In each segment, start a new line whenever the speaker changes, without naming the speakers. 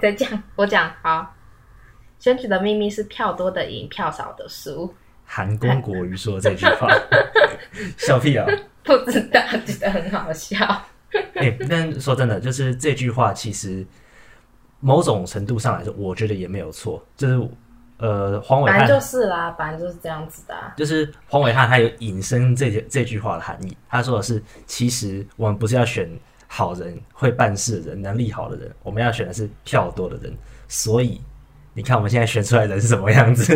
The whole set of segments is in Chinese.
谁讲？我讲好。选举的秘密是票多的赢，票少的输。
韩公国语说这句话，笑屁啊！
不知道，觉得很好笑。
哎、但说真的，就是这句话其实某种程度上来说，我觉得也没有错。就是呃，黄伟
反
汉
正就是啦，反正就是这样子的、啊。
就是黄伟汉，他有引申这些这句话的含义。他说的是，其实我们不是要选好人、会办事的人、能力好的人，我们要选的是票多的人。所以你看，我们现在选出来的人是什么样子？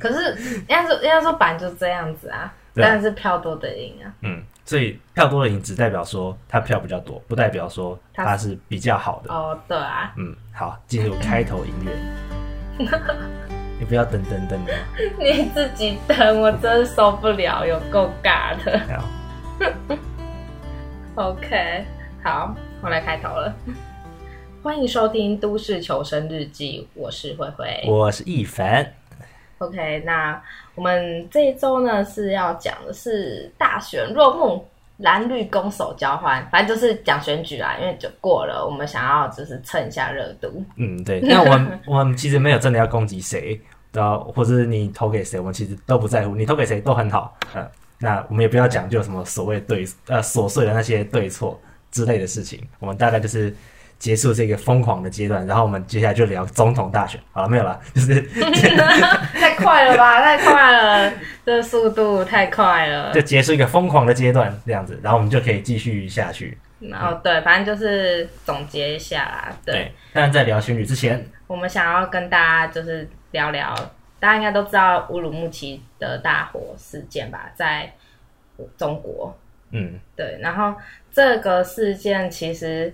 可是应该说，应该说反正就这样子啊。
对啊
但是票多的赢啊，
嗯， 所以票多的赢只代表说他票比较多，不代表说他是比较好的。
哦，对啊，
嗯，好，进入开头音乐。 你不要等等等的。
你自己等，我真受不了，有够尬的。
好，啊
OK，好，我来开头了。欢迎收听《都市求生日记》，我是慧慧。
我是一凡。
OK，那我们这一周呢是要讲的是大选落幕，蓝绿攻守交换，反正就是讲选举啦，因为就过了，我们想要就是蹭一下热度。
嗯， 对。那我们我们其实没有真的要攻击谁，然后或者是你投给谁，我们其实都不在乎。你投给谁都很好。嗯，那我们也不要讲究什么所谓对呃琐碎的那些对错之类的事情。我们大概就是。结束这个疯狂的阶段，然后我们接下来就聊总统大选。好了，没有了， 就是
太快了吧，太快了，这速度太快了
就。结束一个疯狂的阶段这样子，然后我们就可以继续下去。
然后对，反正就是总结一下啦，对。，
但在聊选举之前，
我们想要跟大家就是聊聊，大家应该都知道乌鲁木齐的大火事件吧，在中国
嗯，
对，然后这个事件其实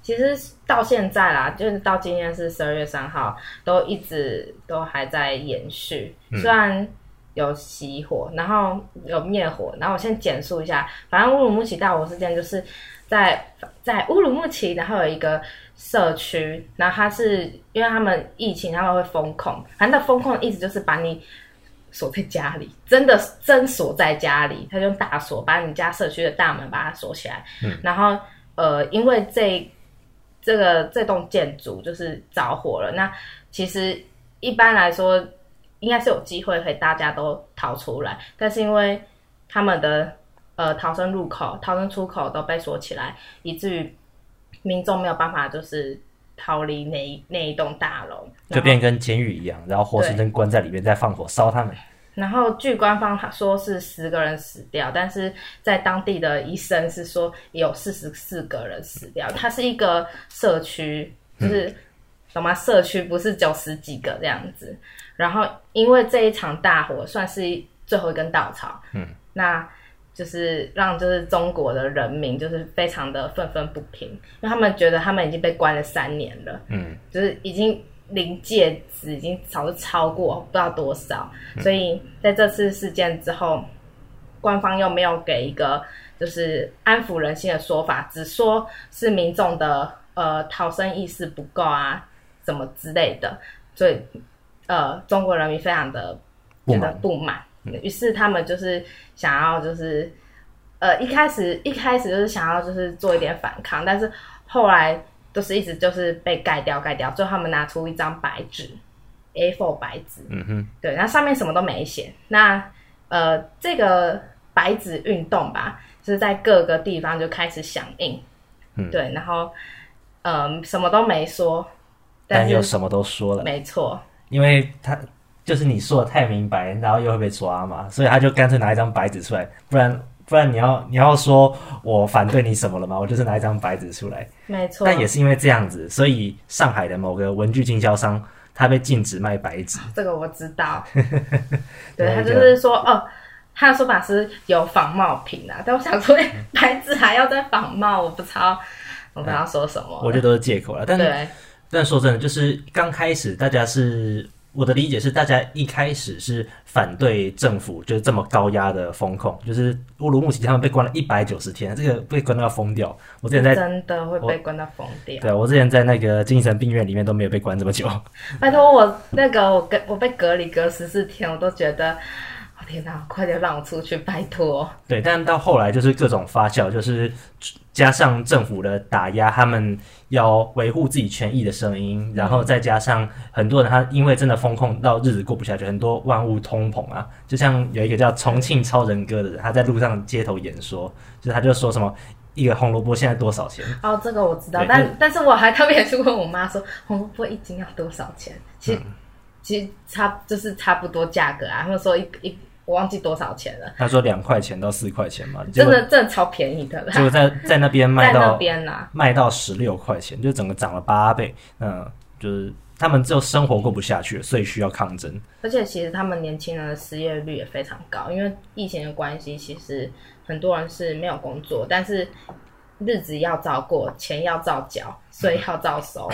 其实到现在啦，就是到今天是十二月三号，都一直都还在延续，
嗯
虽然。有熄火，然后有灭火，然后我先简述一下。反正乌鲁木齐大火事件就是在在乌鲁木齐，然后有一个社区，然后它是因为他们疫情，他们会封控，反正封控的意思就是把你锁在家里，真的真锁在家里，他就用大锁把你家社区的大门把它锁起来，
嗯
然后呃，因为这这个这栋建筑就是着火了，那其实一般来说应该是有机会可以大家都逃出来，但是因为他们的呃逃生入口、逃生出口都被锁起来，以至于民众没有办法就是逃离那一那一栋大楼，
就变跟监狱一样，然后活生
对
生关在里面，再放火烧他们。
然后据官方他说是十个人死掉，但是在当地的医生是说有四十四个人死掉。它是一个社区，就是、懂吗？社区不是九十几个这样子。然后因为这一场大火算是最后一根稻草，
嗯，
那就是让就是中国的人民就是非常的愤愤不平，因为他们觉得他们已经被关了三年了。
嗯，
就是已经临界值已经早就超过不知道多少，所以在这次事件之后，官方又没有给一个就是安抚人心的说法，只说是民众的呃逃生意识不够啊，什么之类的，所以呃中国人民非常的
不
觉
满
得不满，于是他们就是想要就是呃一开始一开始就是想要就是做一点反抗，但是后来都是一直就是被盖掉盖掉，最后他们拿出一张白纸，A4 白纸，
嗯哼，
对，那上面什么都没写。那呃，这个白纸运动吧，就是在各个地方就开始响应，
嗯
对，然后嗯、呃什么都没说，
但
但
又
是
什么都说了，
没错，
因为他就是你说的太明白，然后又会被抓嘛，所以他就干脆拿一张白纸出来，不然不然你要你要说我反对你什么了吗？我就是拿一张白纸出来。
没错，
但也是因为这样子，所以上海的某个文具经销商他被禁止卖白纸。
这个我知道。 对
对
他就
这个
是说，哦，他的说法是有仿冒品啊，但我想说，哎
嗯
白纸还要再仿冒，我不知道，我不知道说什么。
嗯我觉得都是借口了，但
对，
但说真的，就是刚开始大家是我的理解是，大家一开始是反对政府就是这么高压的风控，就是乌鲁木齐他们被关了一百九十天，这个被关到疯掉。我之前在
真的会被关到疯掉。
对啊我之前在那个精神病院里面都没有被关这么久，
拜托我那个我跟我被隔离隔十四天，我都觉得我哦天哪，快点让我出去，拜托！
对，但到后来就是各种发酵，就是加上政府的打压，他们要维护自己权益的声音，然
嗯
后再加上很多人他因为真的风控到日子过不下去，很多万物通膨啊，就像有一个叫重庆超人哥的人，他在路上街头演说，就是他就说什么一个红萝卜现在多少钱？
哦，这个我知道，
对
但但是我还特别去问我妈说，红萝卜一斤要多少钱？其
嗯
实、其实差就是差不多价格啊，他们说一一我忘记多少钱了，
他说两块钱到四块钱嘛，结
真
果
的真的超便宜的啦，
结果在在那边卖
在那
到
边啊啦，
卖到十六块钱，就整个涨了八倍。嗯，就是他们就生活过不下去了，所以需要抗争。
而且其实他们年轻人的失业率也非常高，因为疫情的关系，其实很多人是没有工作，但是日子要照过，钱要照缴，税要照 收。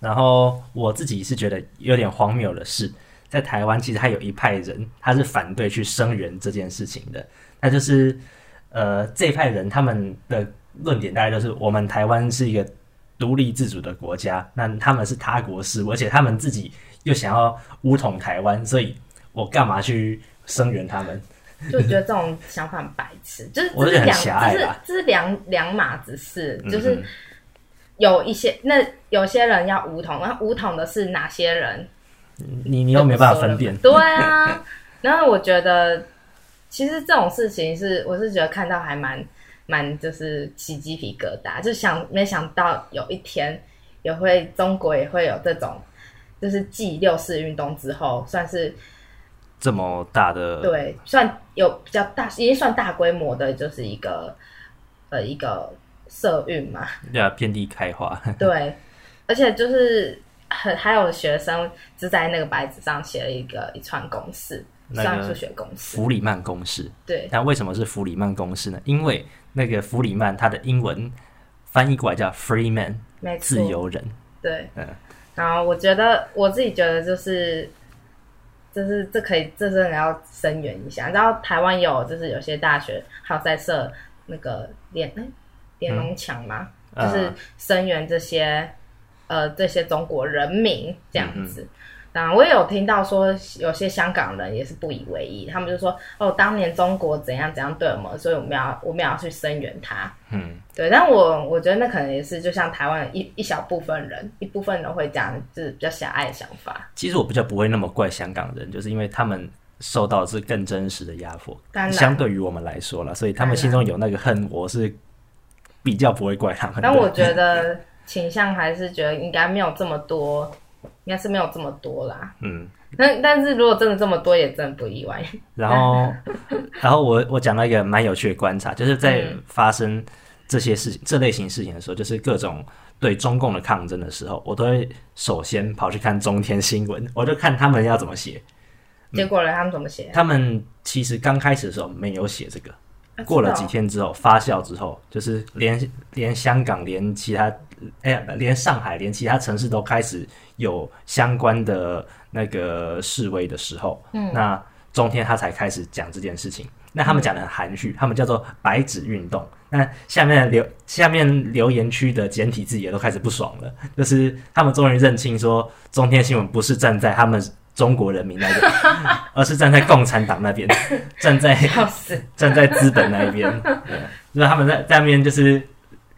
然后我自己是觉得有点荒谬的是，在台湾其实还有一派人，他是反对去声援这件事情的。那就是呃，这一派人他们的论点大概就是，我们台湾是一个独立自主的国家，那他们是他国事务，而且他们自己又想要武统台湾，所以我干嘛去声援他们？
就觉得这种想法很白痴，就是
我
这是
觉得很
两，
狭隘
这是
啦
这是两两码子事，就
嗯
是
哼
有一些那有些人要武统，那武统的是哪些人？
你你又没办法分辨。
对啊，然后我觉得其实这种事情是，我是觉得看到还蛮蛮就是起鸡皮疙瘩，就想没想到有一天也会中国也会有这种，就是继六四运动之后算是
这么大的，
对，算有比较大，已经算大规模的，就是一个呃一个社运嘛，
对啊，遍地开花。
对，而且就是很还有学生就在那个白纸上写了一个一串公式，一
那个
串数学公式，
弗里曼公式，
对，
那为什么是弗里曼公式呢？因为那个弗里曼他的英文翻译过来叫 free man，
没错，
自由人。
对，
嗯
然后我觉得我自己觉得就是，就是这可以，这真的要声援一下。然后台湾有就是有些大学还有在设那个联哎联盟墙嘛，
嗯
就是声援这些呃这些中国人民这样
嗯
子。当然，我也有听到说，有些香港人也是不以为意，他们就说：“哦，当年中国怎样怎样对我们，所以我们要我们也要去声援他。”
嗯，
对，但我我觉得那可能也是，就像台湾一一小部分人，一部分人会讲就是比较狭隘的想法，
其实我比较不会那么怪香港人，就是因为他们受到的是更真实的压迫，
当然
相对于我们来说了，所以他们心中有那个恨，我是比较不会怪他们的。
但我觉得倾向还是觉得应该没有这么多，应该是没有这么多啦。
嗯。
但但是如果真的这么多，也真的不意外。
然后，然后我我讲到一个蛮有趣的观察，就是在发生这些事情、这类型事情的时候，就是各种对中共的抗争的时候，我都会首先跑去看中天新闻，我就看他们要怎么写。
结果呢，他们怎么写？
他们其实刚开始的时候没有写这个，
啊
过
是
了
哦
几天之后发酵之后，就是连连香港、连其他，哎、呀，连上海、连其他城市都开始有相关的那个示威的时候，嗯，那中天他才开始讲这件事情。那
嗯
他们讲的很含蓄，他们叫做“白纸运动”。那下面的留下面留言区的简体字也都开始不爽了，就是他们终于认清说，中天新闻不是站在他们中国人民那 边，而是站在共产党那边，站 在
笑死！
站在资本那一边，对就是他们在在那边就是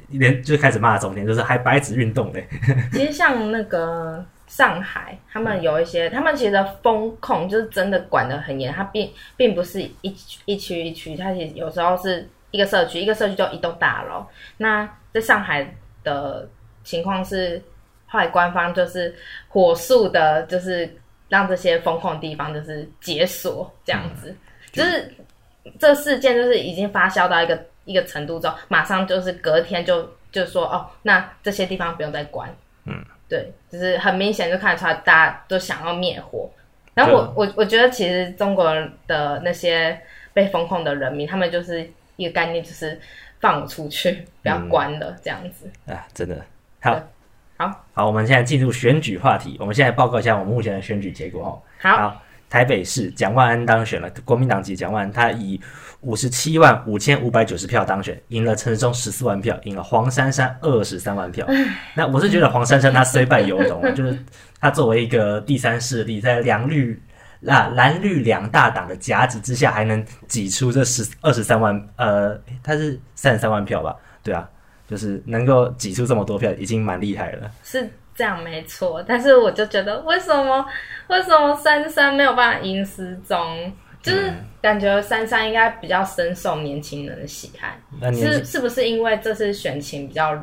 连就开始骂中天，就是还白纸运动嘞，
其实像那个上海，他们有一些，他们其实风控就是真的管得很严，它并并不是一区一区一区，它其实有时候是一个社区，一个社区就一栋大楼。那在上海的情况是，后来官方就是火速的，就是让这些风控地方就是解锁这样子，就是这事件就是已经发酵到一个一个程度之后，马上就是隔天就就说哦，那这些地方不用再关，
嗯，
对，就是很明显就看得出来大家都想要灭火。然后我我我觉得其实中国的那些被封控的人民，他们就是一个概念，就是放我出去，不要关了、这样子。
啊，真的好
对。好，
好，我们现在进入选举话题。我们现在报告一下我们目前的选举结果哦。
好
台北市蒋万安当选了，国民党籍蒋万安，他以五十七万五千五百九十票当选，赢了陈时中十四万票，赢了黄珊珊二十三万票。那我是 觉得黄珊珊她虽败犹荣啊，就是她作为一个第三势力，在两绿那蓝绿两大党的夹击之下，还能挤出这十二十三万，呃，他是三十三万票吧？对啊，就是能够挤出这么多票，已经蛮厉害了。
是这样没错，但是我就觉得为什么为什么三三没有办法赢失踪？就是感觉三三应该比较深受年轻人的喜爱，
那年
是
纪
是不是因为这次选情比较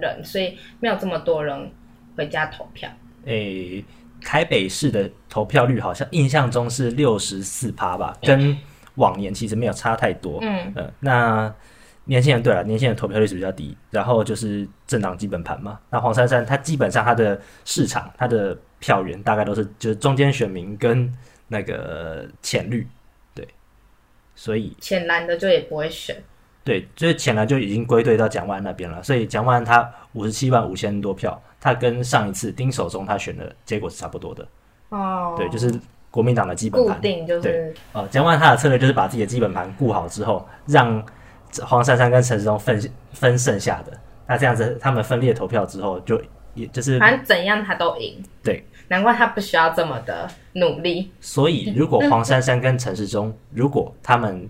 冷，所以没有这么多人回家投票？
诶、台北市的投票率好像印象中是六十四趴吧，跟往年其实没有差太多。
嗯，
呃，那年轻人对了，啊年轻人投票率是比较低，然后就是政党基本盘嘛。那黄珊珊她基本上她的市场、她的票源大概都是就是中间选民跟那个浅绿，对，所以
浅蓝的就也不会选，
对，就是浅蓝就已经归队到蒋万安那边了，所以蒋万安他五十七万五千多票，他跟上一次丁守中他选的结果是差不多的，
哦，
对，就是国民党的基本
固
盘。
定就是
呃，蒋万安他的策略就是把自己的基本盘顾好之后，让黄珊珊跟陈时中分分剩下的。那这样子，他们分裂投票之后，就也就是
反正怎样他都赢，
对。
难怪他不需要这么的努力。
所以，如果黄珊珊跟陈时中，如果他们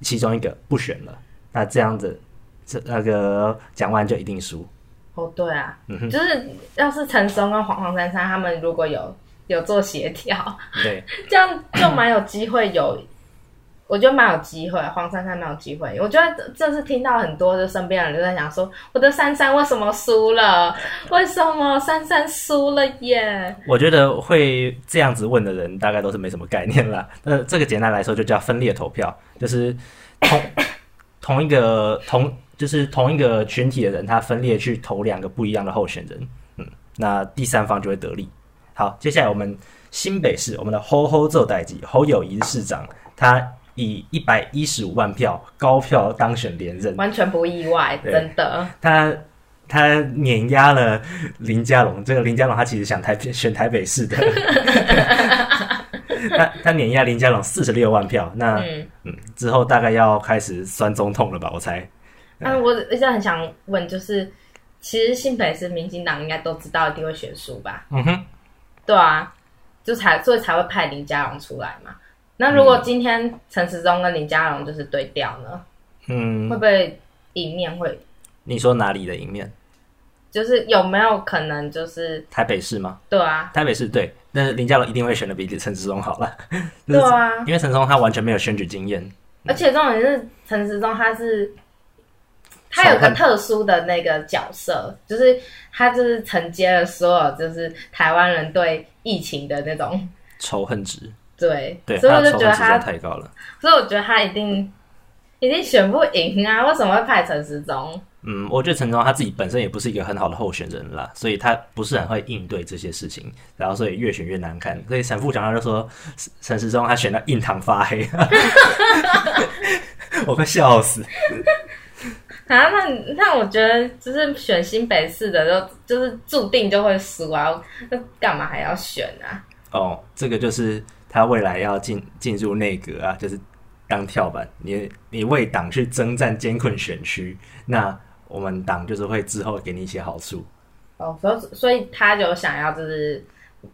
其中一个不选了，那这样子，这那个蒋万安就一定输。
哦，对啊，
嗯
就是要是陈松跟黄黄珊珊他们如果有有做协调，
对，
这样就蛮有机会有，我觉得蛮有机会，黄珊珊蛮有机会。我觉得这次听到很多就身边的人就在想说，我的珊珊为什么输了？为什么珊珊输了耶？
我觉得会这样子问的人，大概都是没什么概念啦。那这个简单来说，就叫分裂投票，就是同同一个同就是同一个群体的人，他分裂去投两个不一样的候选人，嗯，那第三方就会得利。好，接下来我们新北市我们的吼吼奏代记侯友谊市长，他以一百一十五万票高票当选连任，
完全不意外，
对啊
真的。
他他碾压了林佳龙。这个林佳龙他其实想台北选台北市 的，他他碾压林佳龙四十六万票。那
嗯，
嗯，之后大概要开始酸总统了吧？我猜。
那啊我一直很想问，就是其实新北市民进党应该都知道一定会选输吧？
嗯哼，
对啊，就才所以才会派林佳龙出来嘛。那如
嗯
果今天陈时中跟林佳龙就是对调呢，会
嗯，
不会赢面会
你说哪里的赢面？
就是有没有可能就是
台北市吗？
对啊，
台北市对，那林佳龙一定会选的比陈时中好了，
对啊，
因为陈时中他完全没有选举经验。
而且重点是陈时中他是他有
少
个
看
特殊的那个角色，就是他就是承接了所有就是台湾人对疫情的那种
仇恨值，
对，
对，
所以
他
我
的
就
仇
觉得
恨值真
他
的太高了。
所以我觉得他一定一定选不赢啊！为什么会派陈时中？
嗯，我觉得陈忠他自己本身也不是一个很好的候选人啦，所以他不是很会应对这些事情，然后所以越选越难看。所以沈副长他就说，沈沈时中他选到印堂发黑， 我快笑死。
啊，那那我觉得就是选新北市的就就是注定就会输啊，那干嘛还要选啊？
哦，这个就是他未来要进进入内阁啊，就是当跳板，你你为党去征战艰困选区，那我们党就是会之后给你一些好处，
哦，所以所以他就想要就是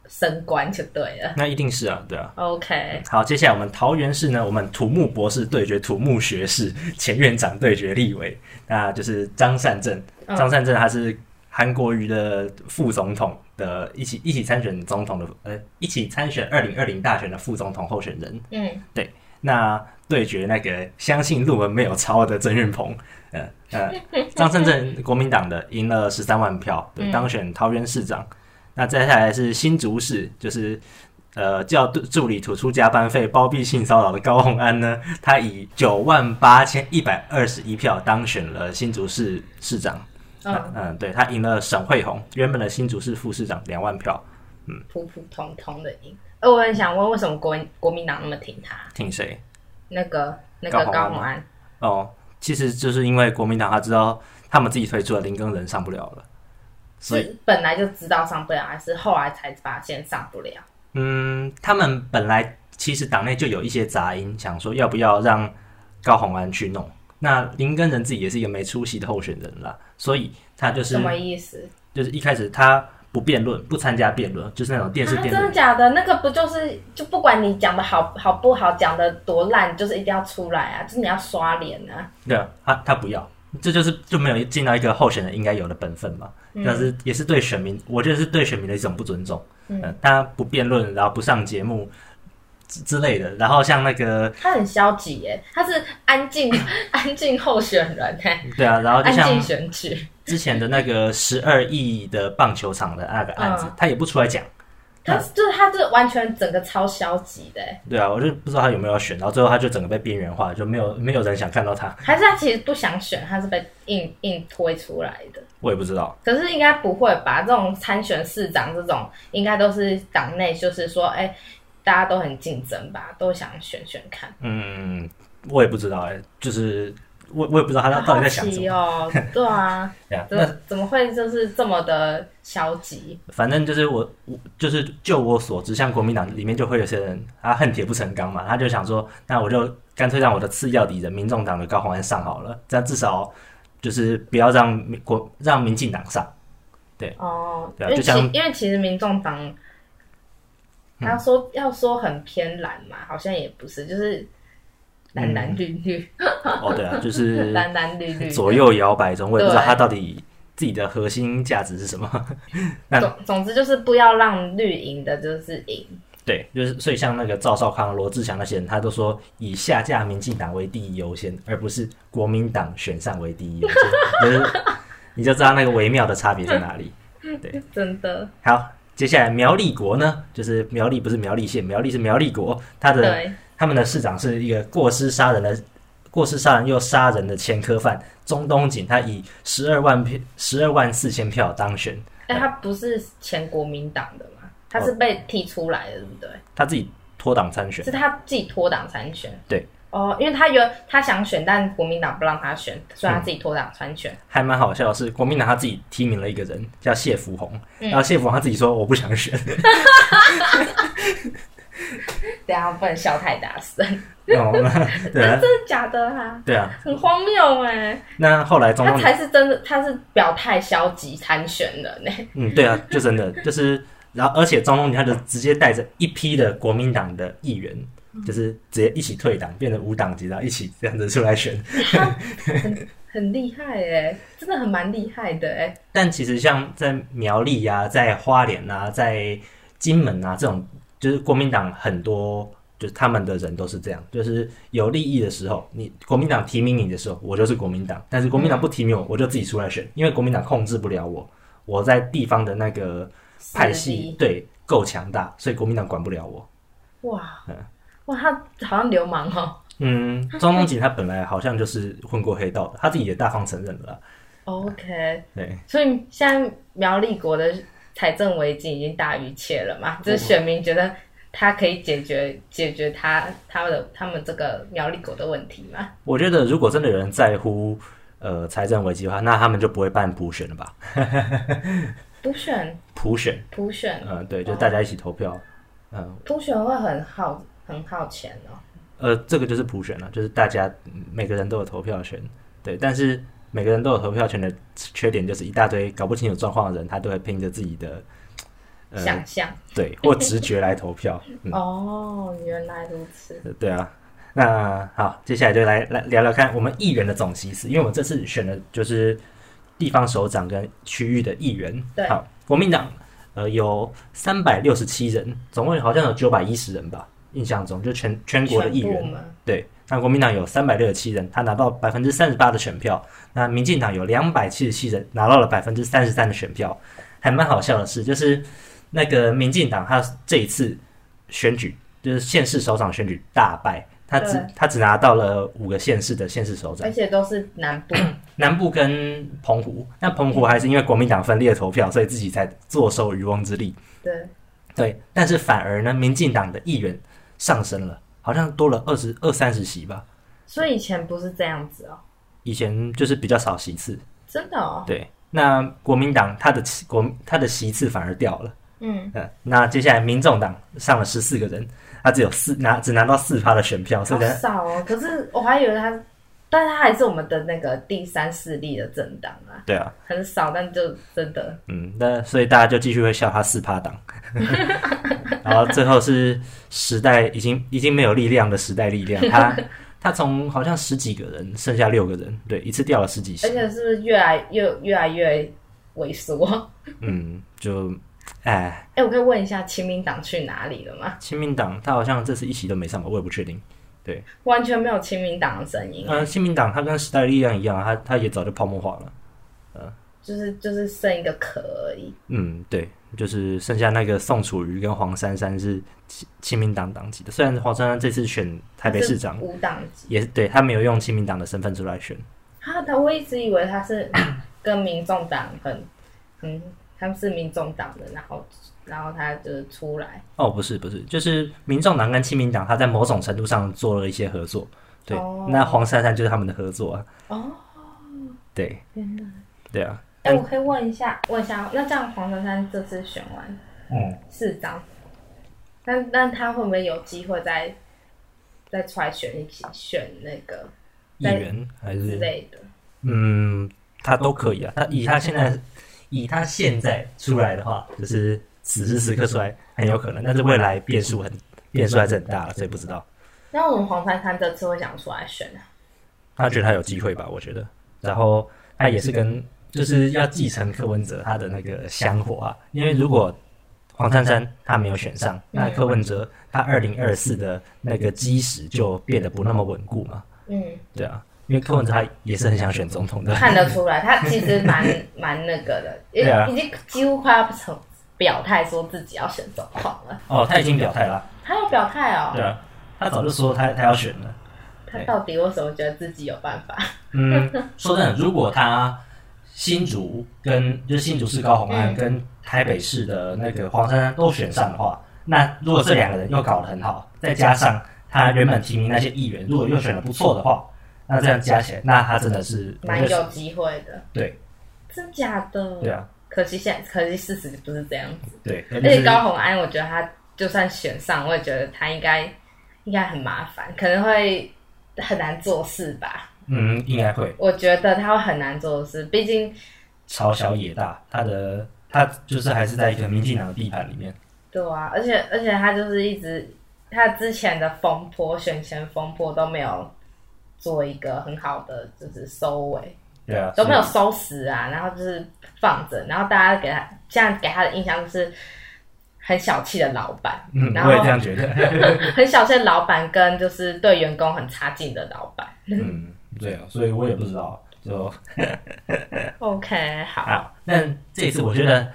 升官就对了。
那一定是啊，对啊。
OK，
好，接下来我们桃园市呢，我们土木博士对决土木学士，前院长对决立委，那就是张善政。
嗯
张善政他是韩国瑜的副总统的，一起一起参选总统的，呃，一起参选二零二零大选的副总统候选人。
嗯，
那对决那个相信论文没有抄的郑运鹏， 呃呃，张胜正国民党的赢了十三万票，对，当选桃园市长。那再下来是新竹市，就是呃叫助理吐出加班费、包庇性骚扰的高鸿安呢， 他以九万八千一百二十一票当选了新竹市市长。
嗯，
嗯，对他赢了沈惠虹，原本的新竹市副市长两万票，
普普通通的赢。呃，我很想问，为什么国民国民党那么挺他？
挺谁？
那个那个
高
高
虹
虹安，
哦，其实就是因为国民党他知道他们自己推出的林根人上不了了，所以
是本来就知道上不了，还是后来才发现上不了？
嗯，他们本来其实党内就有一些杂音，想说要不要让高虹安去弄。那林根人自己也是一个没出息的候选人啦，所以他就是
什么意思？
就是一开始他不辩论，不参加辩论，就是那种电视
啊，
辩
真
论。
的假的？那个不就是就不管你讲的好好不好，讲的多烂，就是一定要出来啊！就是你要刷脸啊！
对啊，他他不要，这就是就没有尽到一个候选人应该有的本分嘛。
嗯
但是也是对选民，我觉得是对选民的一种不尊重。嗯、他不辩论，然后不上节目之之类的，然后像那个
他很消极耶，他是安静 安静候选人哎，
对啊，然后就
安
像
静选举，
之前的那个十二亿的棒球场的那个案
嗯
子，他也不出来讲。
他
嗯
是就是他是完全整个超消极的欸耶，
对啊，我就不知道他有没有要选，然后最后他就整个被边缘化，就没有没有人想看到他，
还是他其实不想选，他是被硬硬推出来的。
我也不知道。
可是应该不会吧？这种参选市长这种，应该都是党内就是说，哎、大家都很竞争吧，都想选选看。
嗯，我也不知道哎、就是我我也不知道他
好
啊到底在想什
奇
么。
哦， 对啊，
对啊，
怎
那
么怎么会就是这么的消极？
反正就是我，我就是就我所知，像国民党里面就会有些人，他恨铁不成钢嘛，他就想说，那我就干脆让我的次要敌人民众党的高虹安上好了，这样至少就是不要让民国让民进党上。
哦，
对啊
因为
就
其
像嗯
因为其实民众党，他说、要说很偏蓝嘛，好像也不是，就是蓝
嗯
蓝绿绿，
哦，对啊，就是
蓝蓝绿绿。
左右摇摆中，我也不知道
对
他到底自己的核心价值是什么。 那
总总之就是不要让绿营的就是赢。
对，就是所以像那个赵少康、罗志祥那些人，他都说以下架民进党为第一优先，而不是国民党选上为第一优先， 就是你就知道那个微妙的差别在哪里。
真的，
好，接下来苗栗国呢，就是苗栗不是苗栗县，苗栗是苗栗国，他的
对，
他们的市长是一个过失杀人的过失杀人又杀人的前科犯中东锦，他以十二万票十二万四千票当选，
哎、他不是前国民党的嘛，他是被踢出来的，对不对？
他自己脱党参选
是。他自己脱党参选。
对。
哦，因为他原他想选，但国民党不让他选，所以他自己脱党参选。
还蛮好笑的是，国民党他自己提名了一个人叫谢福宏，
嗯
然后谢福宏他自己说我不想 选，
等一下不能笑太大声，
然后呢对
真
啊
的假的啊？
对啊，
很荒谬哎、
那后来中
他
东
才是真的，他是表态消极参选人呢、
嗯对啊，就真的就是，然后而且中东他就直接带着一批的国民党的议员，
嗯
就是直接一起退党，变成无党籍，然后一起这样子出来选。
很厉害哎、真的很蛮厉害的哎、
但其实像在苗栗啊、在花莲啊、在金门啊这种，就是国民党很多，就是他们的人都是这样，就是有利益的时候，你国民党提名你的时候，我就是国民党；但是国民党不提名我，我就自己出来选，因为国民党控制不了我，我在地方的那个派
势
系
力
对够强大，所以国民党管不了我。
哇哇，他好像流氓哦、
嗯，庄东锦他本来好像就是混过黑道的，他自己也大方承认了啦。
OK，
对，
所以现在苗栗国的财政危机已经大于切了嘛，就是选民觉得他可以解决解决他他的他们这个苗栗国的问题嘛？
我觉得如果真的有人在乎呃财政危机的话，那他们就不会办补选了吧？
普选
普选，
普选
嗯、对，就大家一起投票，嗯、
普选会很耗很耗钱哦。
呃，这个就是普选了，就是大家嗯每个人都有投票权，对，但是每个人都有投票权的缺点就是一大堆搞不清楚状况的人，他都会凭着自己的呃
想象、
对或直觉来投票，嗯，
哦，原来如此。
对啊。那好，接下来就来来聊聊看我们议员的总席次，因为我们这次选的就是地方首长跟区域的议员。
对
好，国民党呃有三百六十七人，总共好像有九百一十人吧，印象中就全全国的议
全部
员。
吗？
对，那国民党有三百六十七人，他拿到百分之三十八的选票；那民进党有两百七十七人，拿到了百分之三十三的选票。还蛮好笑的是，就是那个民进党他这一次选举，就是县市首长选举大败，他只
对哎
他只拿到了五个县市的县市首长
而，且都是南 部，
南部跟澎湖。那澎湖还是因为国民党分裂投票，所以自己才坐收渔翁之利。
对，
对，但是反而呢，民进党的议员上升了，好像多了二十二三十席吧。
所以以前不是这样子哦，
以前就是比较少席次，
真的哦，
对。那国民党他的席国他的席次反而掉了，
嗯，
嗯。那接下来民众党上了十四个人，他只有四拿只拿到四趴的选票，所
好哦
以呢，
少哦。可是我还以为他但是它还是我们的那个第三势力的政党啊，
对啊，
很少，但就真的
嗯，那所以大家就继续会笑他四趴党， 然后最后是时代已经已经没有力量的时代力量，他他从好像十几个人剩下六个人，对，一次掉了十几
而
席，
且是不是越来越越来越萎缩？
嗯，就哎，
哎、我可以问一下，亲民党去哪里了吗？
亲民党他好像这次一席都没上吧，我也不确定。对，
完全没有亲民党的声音，
呃，亲民党他跟时代力量一样啊，他他也早就泡沫化了。
就是就是剩一个壳而已。
嗯，对，就是剩下那个宋楚瑜跟黄珊珊是亲亲民党党籍的，虽然黄珊珊这次选台北市长
是无党籍
也是对他没有用亲民党的身份出来选，
啊，他我一直以为他是 跟民众党很，嗯，他们是民众党的，然后然后他就是出来，
哦，不是不是，就是民众党跟亲民党，他在某种程度上做了一些合作。对，
哦
那黄珊珊就是他们的合作啊。
哦，
对，
天哪！
对啊，
哎、我可以问一下，问一下，那这样黄珊珊这次选完
嗯，
市长，那那他会不会有机会再再出来选一起选那个
议员还
之
是
类的？
嗯，他都可以啊。他以他现在以他现在出来的话，就是此时此刻出来很有可能，但是未来变数很变数还是很大了，所以不知道。
那我们黄珊珊这次会想出来选啊？
他觉得他有机会吧，我觉得。然后他也是跟就是要继承柯文哲他的那个香火啊，因为如果黄珊珊他没有选上，那柯文哲他二零二四的那个基石就变得不那么稳固嘛，
嗯，
对啊，因为柯文哲他也是很想选总 统的，
看得出来，他其实蛮 蛮那个的，已
对啊
已经几乎快要成表态说自己要选总统了。
哦，他已经表态了，
他有表态哦，
对啊，他早就说他他要选了。
他到底为什么觉得自己有办法？
嗯，说真的，如果他新竹跟就是新竹市高红
嗯
安跟台北市的那个黄珊珊都选上的话，那如果这两个人又搞得很好，再加上他原本提名那些议员，如果又选的不错的话，那这样加起来，那他真的是
蛮有机会的，
对
真假的？
对啊
可惜现可惜事实不是这样子。
对，
而
就
且
是
高红安，我觉得他就算选上，我也觉得他应该应该很麻烦，可能会很难做事吧。
嗯应该会
我觉得他会很难做事，毕竟
朝小野大，他的他就是还是在一个民进党的地盘里面，
对啊，而且而且他就是一直他之前的风波选前风波都没有做一个很好的就是收尾，
对啊，
都没有
所
收拾啊，然后就是放着，然后大家给他现在给他的印象就是很小气的老 板，
以嗯，
然
我也这
后
样觉得，
很小气的老板跟就是对员工很差劲的老板。
嗯，对啊，所以我也不知道就。
OK，好，
好，那这次我觉得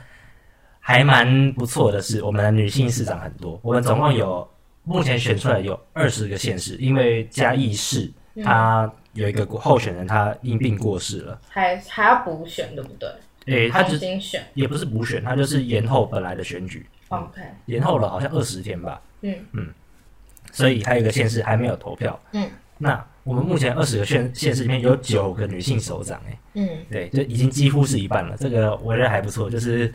还蛮不错的是，我们的女性市长很多，我们总共有目前选出来有二十个县市，因为嘉义市它有一个候选人他因病过世了，
还还要补选对不对？
诶、他
重
就
新选。
也不是补选，他就是延后本来的选举，
OK，
延后了好像二十天吧，
嗯
所以还有一个县市还没有投票。
嗯，
那我们目前二十个县县市里面有九个女性首长、诶。
嗯，
对，就已经几乎是一半了。这个我觉得还不错，就是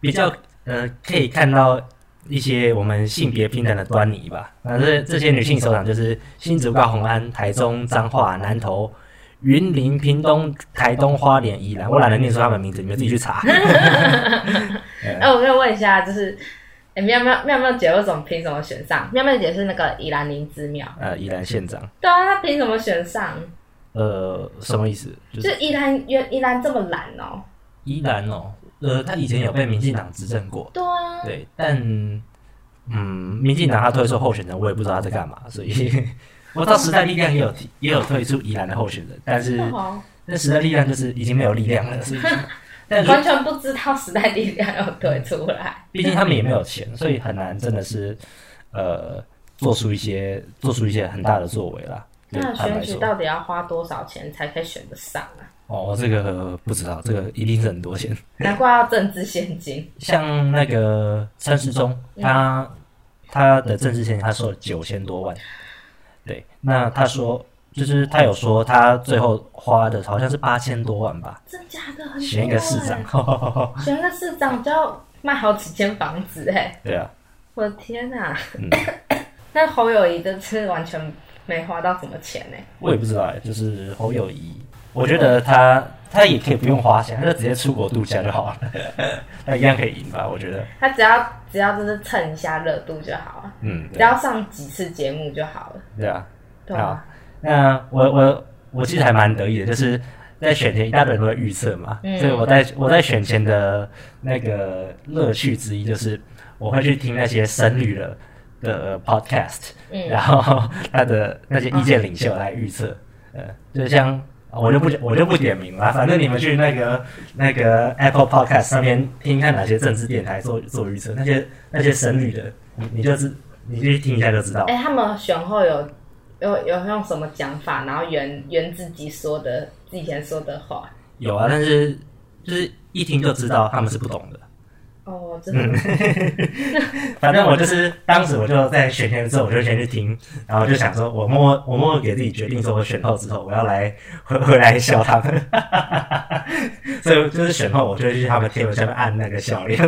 比较呃，可以看到一些我们性别平等的端倪吧。反正这些女性首长就是新竹、高雄、安、台中、彰化、南投、云林、屏东、台东、花莲、宜兰。我懒得念出他们名字，你们自己去查。
哎、我可以问一下，就是。哎、妙妙妙妙姐为什么凭什么选上？妙妙姐是那个宜兰林之妙，
呃，宜兰县长，
对啊，她凭什么选上？
呃，什么意思？就
就是是宜兰原宜兰这么懒哦、
宜兰哦，呃，他以前有被民进党执政过，
对啊，
对，但嗯，民进党他推出候选人，我也不知道他在干
嗯
嘛，所以我到时代力量也有提也有推出宜兰的候选人，但是
不好，
那时代力量就是已经没有力量了，所以但如
完全不知道时代力量要推出来。
毕竟他们也没有钱，所以很难真的是呃做出一些做出一些很大的作为啦。 对
那
他
选
们来
举
说，
到底要花多少钱才可以选得上啊？
哦，这个不知道，这个一定是很多钱。
难怪要政治现金。
像那个陈时中，他、他的政治现金他收了九千多万，对，那他说就是他有说他最后花的好像是八千多万吧，
真假的很多、欸，欸
选一个市长，
选个市长就要卖好几间房子哎、
对啊，
我的天哪、那侯友谊这次完全没花到什么钱呢、
我也不知道哎，就是侯友谊，我觉得他他也可以不用花钱，他就直接出国度假就好了， 他一样可以赢吧？我觉得，
他只要只要就是蹭一下热度就好了，
嗯，
只要上几次节目就好了，
对啊。
对
好
啊，
那我我我其实还蛮得意的，就是在选前一大堆人都会预测嘛，
嗯
所以我在我在选前的那个乐趣之一就是我会去听那些深绿的的呃 podcast，、
嗯
然后他的那些意见领袖来预测，呃，就像。我就不我就不点名了，反正你们去那个那个 Apple Podcast 上面听看哪些政治电台做做预测，那些那些深绿的，你你就知你就去听一下就知道。
哎、他们选后有有有用什么讲法，然后圆圆自己说的自己以前说的话。
有啊，但是就是一听就知道他们是不懂的。
哦，真的，
反正我就是当时我就在选前之后，我就先去听，然后就想说，我默默我默默给自己决定说，我选后之后我要来回回来笑他们， 所以就是选后我就会去他们贴文下面按那个笑脸。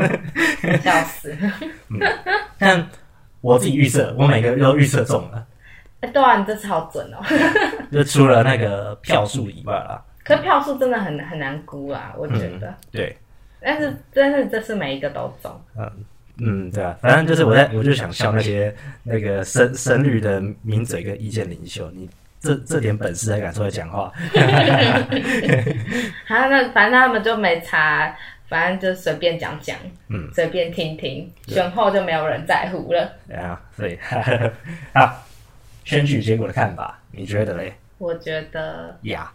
笑死！
但我自己预测，我每个都预测中了，
哎、对啊，你这次好准哦。
就除了那个票数以外啦。
可票数真的很很难估啊，我觉得。
对，
但是但是这次每一个都中，
嗯，对啊，反正就是我在，我就想笑那些那个深深绿的名嘴跟意见领袖，你这这点本事还敢出来讲话？
啊，那反正他们就没查，反正就随便讲讲，
嗯，
随便听听，选后就没有人在乎了。
对啊，所以啊，选举结果的看法，你觉得嘞？
我觉得
呀、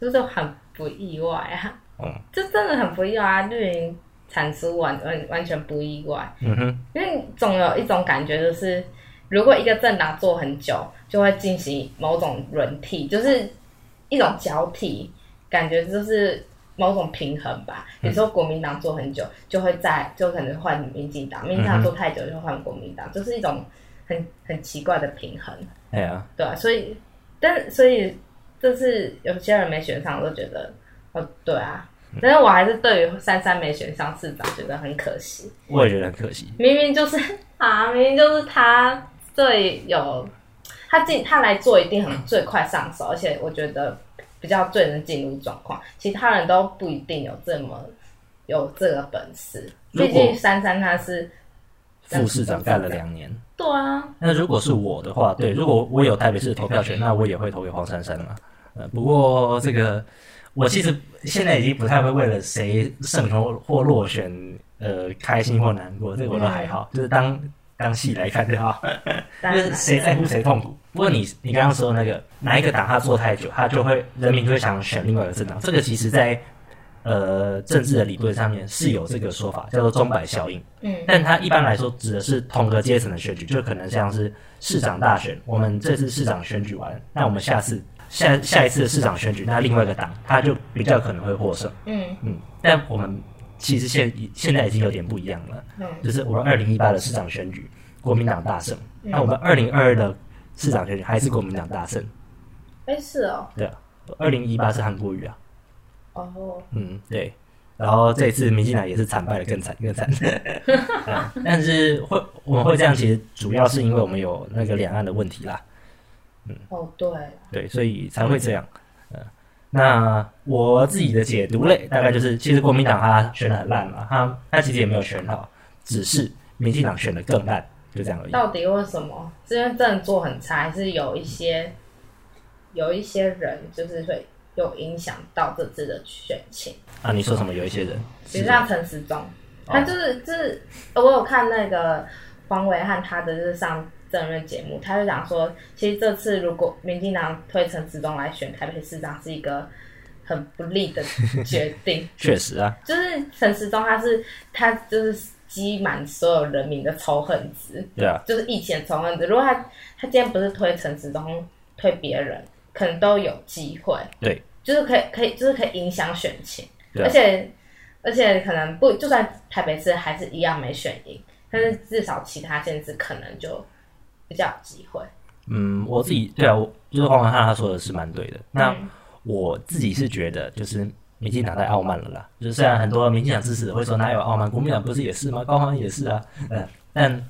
就是很不意外啊，
嗯
就真的很不意外啊，绿营产出完完完全不意外，
嗯哼，
因为总有一种感觉就是，如果一个政党做很久，就会进行某种轮替，就是一种交替，感觉就是某种平衡吧。比如说国民党做很久，就会在就可能换民进党，民进党做太久就换国民党，就是一种很很奇怪的平衡，
哎呀，
对啊，所以，但所以这次有些人没选上，我就觉得，哦，对啊。但是我还是对于珊珊没选上市长觉得很可惜，
我也觉得很可惜。
明明就是 啊，明明就是他最有，他进他来做一定很最快上手，而且我觉得比较最能进入状况，其他人都不一定有这么有这个本事。
如
毕
果
竟珊珊她是，
副市长干了两年，
对啊，
那如果是我的话，对，如果我有台北市的投票权，那我也会投给黄珊珊嘛。呃，不过这个我其实现在已经不太会为了谁胜投或落选，呃，开心或难过，这个我都还好，就是当当戏来看就好，
当
就
然
是谁在乎谁痛苦。不过你你刚刚说那个哪一个党他做太久，他就会人民就会想选另外一个政党，这个其实在呃政治的理论上面是有这个说法，叫做钟摆效应。
嗯
但它一般来说指的是同个阶层的选举，就可能像是市长大选，我们这次市长选举完，那我们下次下下一次的市长选举，那另外一个党他就比较可能会获胜。
嗯
嗯，但我们其实现现在已经有点不一样了，
嗯
就是我们二零一八的市长选举，国民党大胜，那我们二零二二的市长选举还是国民党大胜，
哎、是哦，
对啊，二零一八是韩国瑜啊，
哦，
嗯，对。然后这一次民进党也是惨败的更惨更 惨、啊但是会我们会这样，其实主要是因为我们有那个两岸的问题啦，
哦，对，
对，所以才会这样。呃，那我自己的解读嘞，大概就是其实国民党他选的很烂嘛，他他其实也没有选好，只是民进党选的更烂，就这样而已。
到底为什么？是因为真的做很差，还是有一些有一些人就是会有影响到这次的选情？
啊，你说什么？有一些人
比
是啊
如像陈时中，他就是就是呃我有看那个黄伟汉他的就是上政论节目，他就讲说，其实这次如果民进党推陈时中来选台北市长是一个很不利的决定，
确实啊，
就是陈时中他是他就是积满所有人民的仇恨值，
对啊，
就是以前仇恨值。如果他他今天不是推陈时中推别人，可能都有机会，
对
就是可以可以就是可以影响选情。
对
而
啊，
且而且可能不，就算台北市还是一样没选赢，但是至少其他县市可能就比较有机会。
嗯，我自己对啊，我就是黄文汉他说的是蛮对的。那、
嗯
我自己是觉得，就是民进党太傲慢了啦。就是虽然很呃多民进党支持者会说哪有傲慢，国民党不是也是吗？高虹安也是啊，嗯，但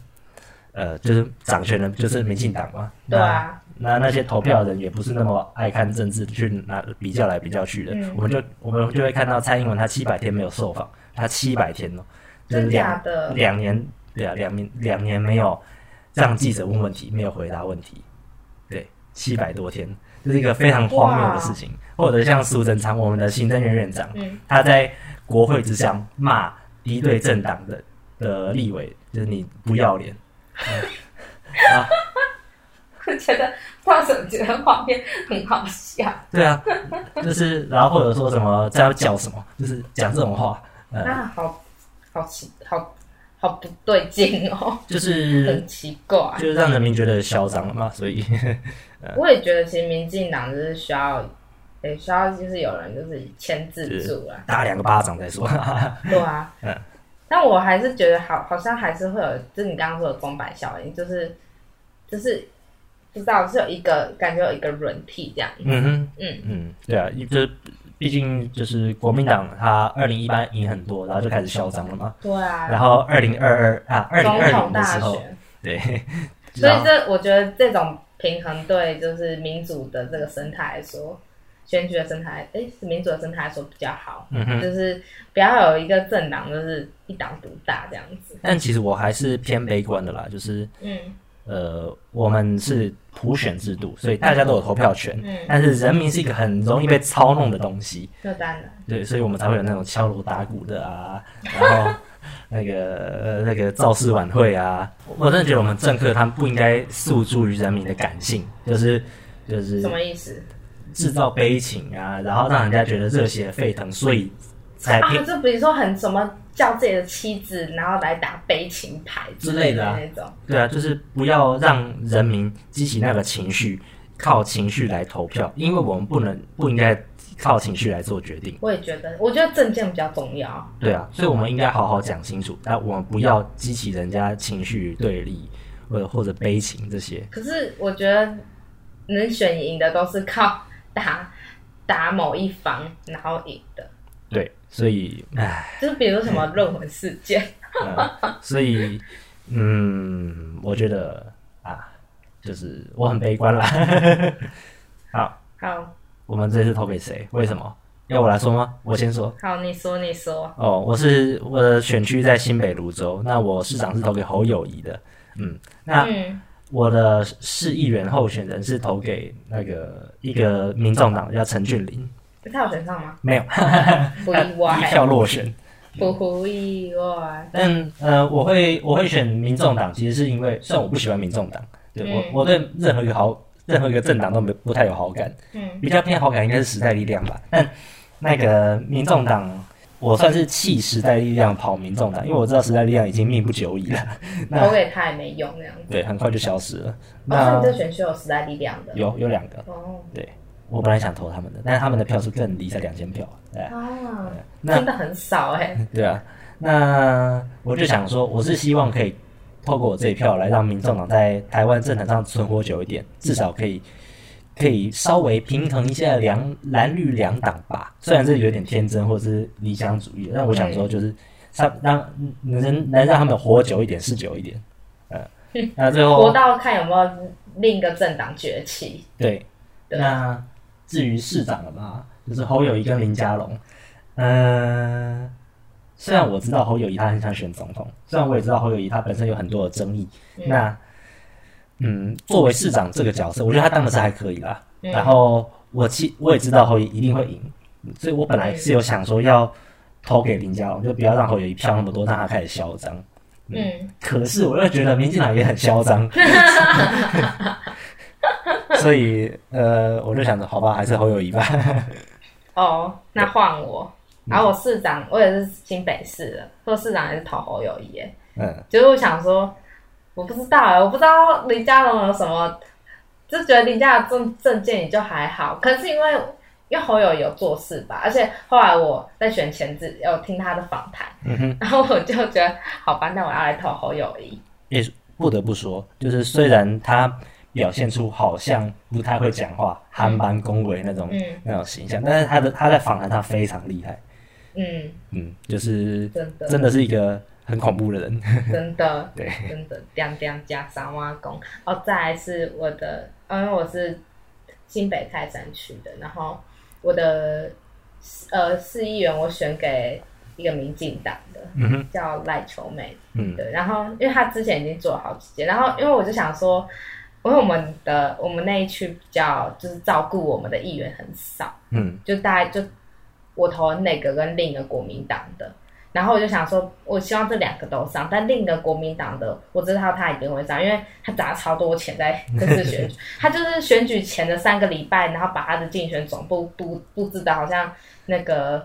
呃，就是掌权人就是民进党嘛，
对啊，
那那些投票人也不是那么爱看政治，去拿比较来比较去的。
嗯
我们就我们就会看到蔡英文她七百天没有受访，她七百天哦，就是
真假
两
的，
两年，对啊，两年两年没有让记者问问题，没有回答问题，对，七百多天，这、是一个非常荒谬的事情。或者像苏贞昌，我们的行政院院长，
嗯，
他在国会之上骂敌对政党的的立委，就是你不要脸。
我觉得不知道怎么觉得画面很好笑。
对啊，就是然后或者说什么这要叫什么，就是讲这种话，呃，
啊，好好奇，好好不对劲哦，
就是
很奇怪。
就是让人民觉得嚣张了嘛，所以
我也觉得，其实民进党就是需要，也需要就是有人就是签字住啊，
打两个巴掌再说。
对啊。
嗯
但我还是觉得好，好像还是会有，就是你刚刚说的公版效应，就是就是不知道是有一个感觉有一个轮替这样。
嗯哼，
嗯
嗯，对啊，就是毕竟就是国民党他二零一八赢很多，然后就开始嚣张了嘛，
对啊，
然后二零二二啊二零
总
二零
统
的
大
时候，
选，
对，
所
然
以
后
这我觉得这种平衡对就是民主的这个生态来说，选举的生态，诶，是民主的生态来说比较好。
嗯哼。
就是不要有一个政党就是一党独大这样子。
但其实我还是偏悲观的啦，就是
嗯
呃，我们是普选制度，所以大家都有投票权，
嗯，
但是人民是一个很容易被操弄的东西，
那当然，
对，所以我们才会有那种敲锣打鼓的啊，然后那个、呃、那个造势晚会啊，我真的觉得我们政客他们不应该诉诸于人民的感性，就是就是
什么意思
制造悲情啊，然后让人家觉得热血沸腾，所以才
啊
拼？
就比如说很什么叫自己的妻子，然后来打悲情牌类
之
那种。
对啊，就是不要让人民激起那个情绪，靠情绪来投票，因为我们不能不应该靠情绪来做决定。
我也觉得，我觉得政见比较重要。
对啊，所以我们应该好好讲嗯清楚，但我们不要激起人家情绪对立，或者或者悲情这些。
可是我觉得能选赢的都是靠打打某一方然后赢的，
对，嗯所以唉，
就是比如说什么论文事件，
呃所以嗯，我觉得啊，就是我很悲观啦。 好，
好
我们这次投给谁？为什么？要我来说吗？我先说。
好，你说你说，
哦，我是我的选区在新北泸州，那我市长是投给侯友谊的，嗯，那
嗯
我的市议员候选人是投给那个一个民众党叫陈俊霖，
他有选上吗？
没有，
不嗯意外
一， 票落选。
不意外，
但呃，我会我会选民众党，其实是因为虽然我不喜欢民众党，对、
嗯
我我对任何一个好任何一个政党都没不太有好感，
嗯
比较偏好感应该是时代力量吧。但那个民众党，我算是弃时代力量跑民众党，因为我知道时代力量已经命不久矣了，
投给他也没用那样子。
对，很快就消失了。
哦，
那
所以这选区有时代力量的。
有有两个，
哦
我本来想投他们的，但是他们的票数更低，才两千票。对啊，
啊，
那
真的很少哎。
对啊，那我就想说，我是希望可以透过我这一票来让民众党在台湾政坛上存活久一点，至少可以可以稍微平衡一下两蓝绿两党吧。虽然这有点天真或是理想主义，但我想说就是，他让能能让他们活久一点是久一点。呃，那最后
活到看有没有另一个政党崛起。
对，
对
那至于市长了吧，就是侯友谊跟林佳龙。嗯、虽然我知道侯友谊他很想选总统，虽然我也知道侯友谊他本身有很多的争议，
嗯
那嗯，作为市长这个角色，我觉得他当的是还可以啦。
嗯
然后我其我也知道侯友宜一定会赢，所以我本来是有想说要投给林佳龙，就不要让侯友谊票那么多，让他开始嚣张。
嗯，
可是我又觉得民进党也很嚣张，所以呃，我就想着，好吧，还是侯友谊吧。
哦，那换我。
嗯
然后我市长，我也是新北市的，做市长也是投侯友谊耶。
嗯，
就是我想说，我不知道哎，我不知道林佳龙有什么，就觉得林佳的证证件也就还好，可是因为因为侯友宜有做事吧，而且后来我在选前置有听他的访谈，
嗯哼
然后我就觉得好吧，那我要来投侯友谊，
也是不得不说，就是虽然他表现出好像不太会讲话、憨班恭维那种、
嗯
那种形象，但是他的他在访谈他非常厉害，
嗯，
嗯，就是
真的，
真的是一个很恐怖的人。
真 的，
对，
真的，两两加三挖工。哦，再来是我的，哦因为我是新北泰山区的，然后我的呃市议员我选给一个民进党的，
嗯哼，
叫赖秋妹，
嗯
对，然后因为她之前已经做了好几届，然后因为我就想说，因为我们的我们那一区比较就是照顾我们的议员很少。
嗯
就大概就我投了那个跟另一个国民党的，然后我就想说，我希望这两个都上，但另一个国民党的我知道他一定会上，因为他砸超多钱在这次选举，他就是选举前的三个礼拜，然后把他的竞选总部布布置的好像那个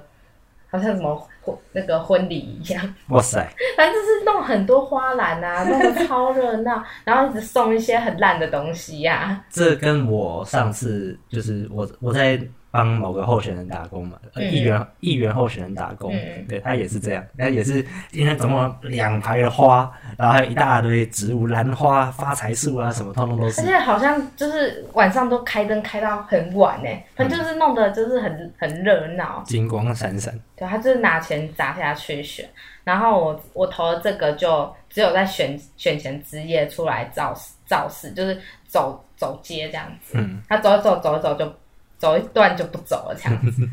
好像什么婚那个婚礼一样，
哇塞，
反正就是弄很多花篮啊，弄得超热闹，然后一直送一些很烂的东西呀、
这跟我上次就是我我在帮某个候选人打工嘛，呃
嗯
议员议员候选人打工，
嗯
对他也是这样，他也是今天总共两排的花，然后还有一大堆植物，兰花、发财树啊什么，通通都是
而。且好像就是晚上都开灯开到很晚呢、欸反正就是弄得就是很很热闹。
金光闪闪，
对，他就是拿钱砸下去选，然后我我投了这个就只有在选选前之夜出来造势造势，就是走走街这样子。
嗯，
他走一走走一走就走一段就不走了这样子，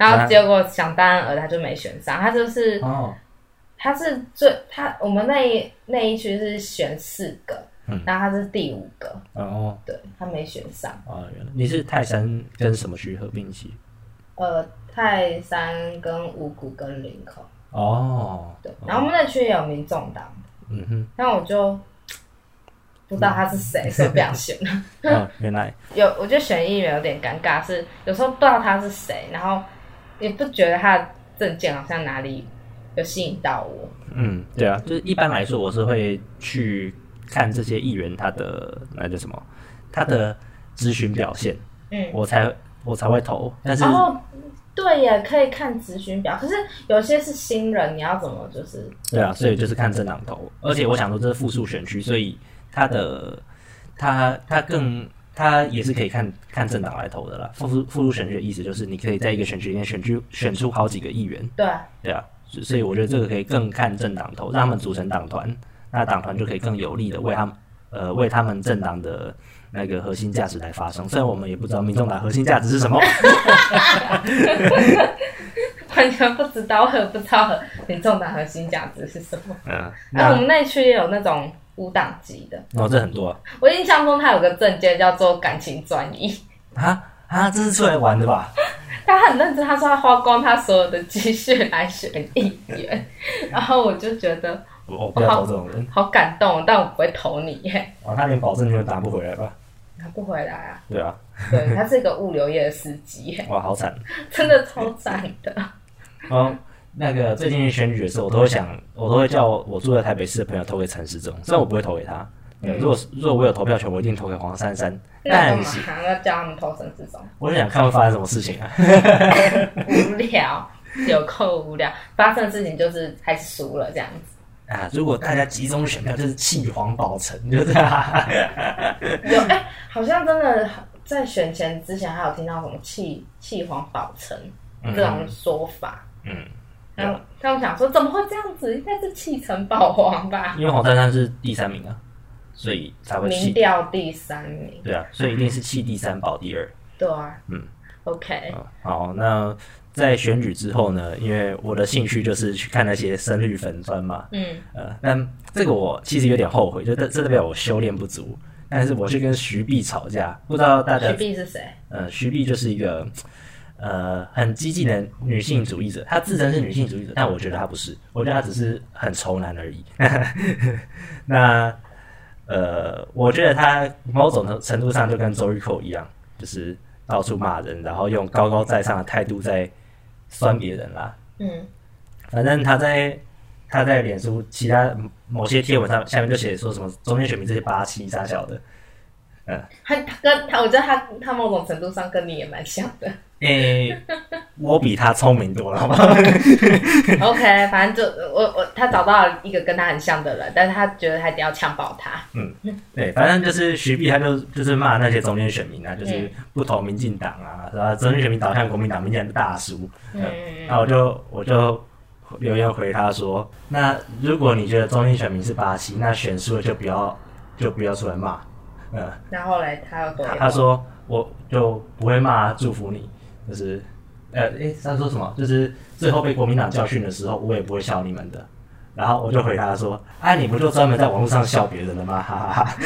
然后结果想当然尔他就没选上，他就是
哦，
他是最他我们那一那一区是选四个
嗯，
然后他是第五个，
哦，
对他没选上。
哦，原来你是泰山跟什么区合并一起？
呃，泰山跟五谷跟林口，
哦，
对，然后我们那区也有民众党，
嗯哼，
但我就不知道他是谁，所以不想 选。
哦，原来，
有，我觉得选议员有点尴尬，是有时候不知道他是谁，然后也不觉得他的证件好像哪里有吸引到我。
嗯，对啊，就是一般来说，我是会去看这些议员他的那叫什么，他的咨询表现，
嗯，哦
我才我才会投。但是
然后对也可以看咨询表，可是有些是新人，你要怎么就是
对啊，所以就是看政党投，而且我想说这是复数选区，所以他的他他更他也是可以看看政党来投的啦。复数复数选区的意思就是你可以在一个选区里面选出选出好几个议员，
对，
对啊，所所以我觉得这个可以更看政党投，让他们组成党团，那党团就可以更有力的为他们呃为他们政党的那个核心价值来发声。虽然我们也不知道民众党核心价值是什么，
完全不知道，我也不知道民众党核心价值是什么。
嗯，
哎、我
那
们那区也有那种无党籍的，
哦这很多啊
我印象中他有个证件叫做感情专一，
啊啊，这是出来玩的吧？
他很认真，他说他花光他所有的积蓄来选议员，然后我就觉得
我我不要投这种人，
好感动，但我不会投你 耶，
哦他连保证金都拿不回来吧？
他不回来啊，
对啊，
对他是一个物流业的司机 耶，
哇好惨
真的超惨的，
哦。那个最近选举的时候，我都会想，我都会叫我住在台北市的朋友投给陈时中，虽然我不会投给他。对如果如果我有投票权，我一定投给黄珊珊。
那干
但
嘛
是
还要叫他们投身这种
我就想看会发生什么事情啊。
无聊，有够无聊，发生的事情就是还是输了这样子。
啊，如果大家集中选票，就是弃黄保城，就是、啊、
有哎、好像真的在选前之前还有听到什么弃弃黄保城这种说法，
嗯，
然后他们想说怎么会这样子？应该是弃城保皇吧？
因为黄珊珊是第三名啊，所以才会
民
弃。
调第三名，
对啊，所以一定是弃第三保第二。
对啊，
嗯
，OK，
啊好，那在选举之后呢，因为我的兴趣就是去看那些深绿粉砖嘛，
嗯，
呃，但这个我其实有点后悔，就这这代表我修炼不足。但是我去跟徐碧吵架，不知道大家
徐碧是谁？
呃，徐碧就是一个呃很激进的女性主义者，她自称是女性主义者，但我觉得她不是，我觉得她只是很仇男而已。 那呃，我觉得她某种程度上就跟周玉蔻一样，就是到处骂人，然后用高高在上的态度在酸别人啦。
嗯，
反正他在他在脸书其他某些贴文上下面就写说什么中间选民这些八七三小的，
他他跟他，我觉得他他某种程度上跟你也蛮像 的。
诶、我比他聪明多了，好吗？
OK，反正就我我他找到了一个跟他很像的人，但是他觉得他一定要呛爆他。
对，反正就是徐碧，他就就是骂那些中间选民啊，就是不投民进党啊，然后中间选民导向国民党，民进党是大叔。
嗯，
那我就我就留言回他说：“那如果你觉得中立选民是巴西，那选输了就不要就不要出来骂。”嗯，
然后嘞，他要多
他他说我就不会骂，祝福你，就是呃，诶，他说什么？就是最后被国民党教训的时候，我也不会笑你们的。然后我就回答说：“啊，你不就专门在网络上笑别人的吗？”哈哈哈。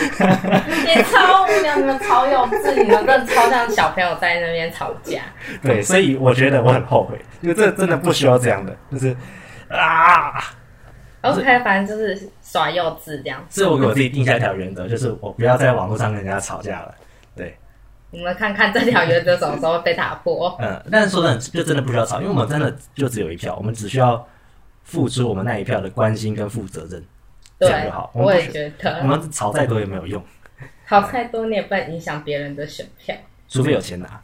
也超无聊，你们超幼稚，你们真的超像小朋友在那边吵架。
对，嗯所以我觉得我很后悔，就这真的不需要这样的，就是啊，
OK，反正就是耍幼稚这样。
所以我给我自己定下一条原则，就是我不要在网络上跟人家吵架了。对，
我们看看这条原则什么时候被打破。
嗯，但是说真的，就真的不需要吵，因为我们真的就只有一票，我们只需要付出我们那一票的关心跟负责任，这样
对
就好，。我
我
们不
也
需
觉
我
得，
们吵再多也没有用，
好太多你也不能影响别人的选票。
除非有钱拿。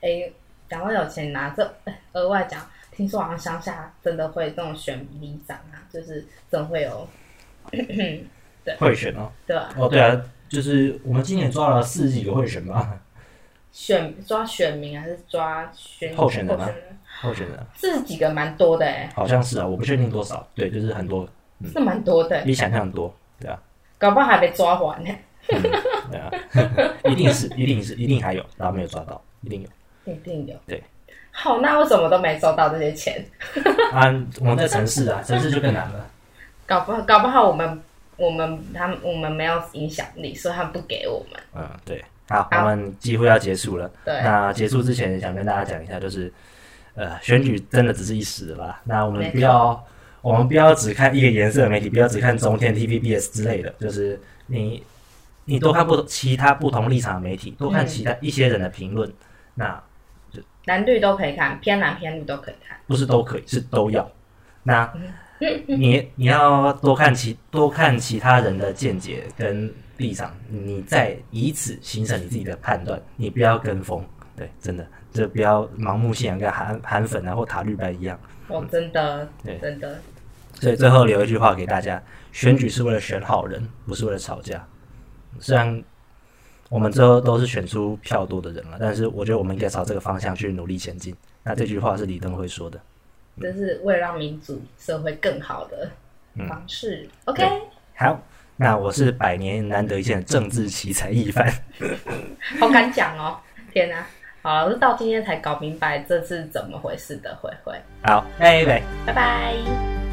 哎、讲到有钱拿这哎额外讲，听说好像乡下真的会这种选里长啊，就是真会有，
贿选哦，
对吧？
哦对啊，就是我们今年抓了四十几个贿选吧，
选抓选民还是抓选
候选人
候
啊
人
候选人
这几个蛮多的哎、
好像是啊，我不确定多少，对，就是很多，
这蛮多的、
比想象多，对啊，
搞不好还没抓完呢、
对啊， 一定是，一定是，一定还有，然后没有抓到，一定有。
一定有。
对，
好，那我怎么都没收到这些钱？
啊，我们在城市啊，城市就更难了。
搞不好，搞不好我们我们他们我们没有影响力，所以他们不给我们。
嗯，对。好，
好
我们几乎要结束了。
对
那结束之前，想跟大家讲一下，就是，呃，选举真的只是一时的啦。那我
没
们
错
不要，我们不要只看一个颜色的媒体，不要只看中天、TVBS 之类的，就是你，你多看不其他不同立场的媒体，多看
嗯
其他一些人的评论，那
蓝绿都可以看，偏蓝偏绿都可以看。
不是都可以，是都要。嗯那你你要多看其多看其他人的见解跟立场，你再以此形成你自己的判断，你不要跟风。对，真的，这不要盲目信仰，跟韩韩粉啊或塔绿班一样。
我真的
嗯对嗯
真的
所以最后留一句话给大家：选举是为了选好人，不是为了吵架。虽然我们最后都是选出票多的人了，但是我觉得我们应该朝这个方向去努力前进。那这句话是李登辉说的。
这是为了让民主社会更好的
嗯
方式。OK，
好，那我是百年难得一见的政治奇才一番。
好敢讲哦！天哪、好，是到今天才搞明白这是怎么回事的。慧慧，
好，拜拜。
拜拜。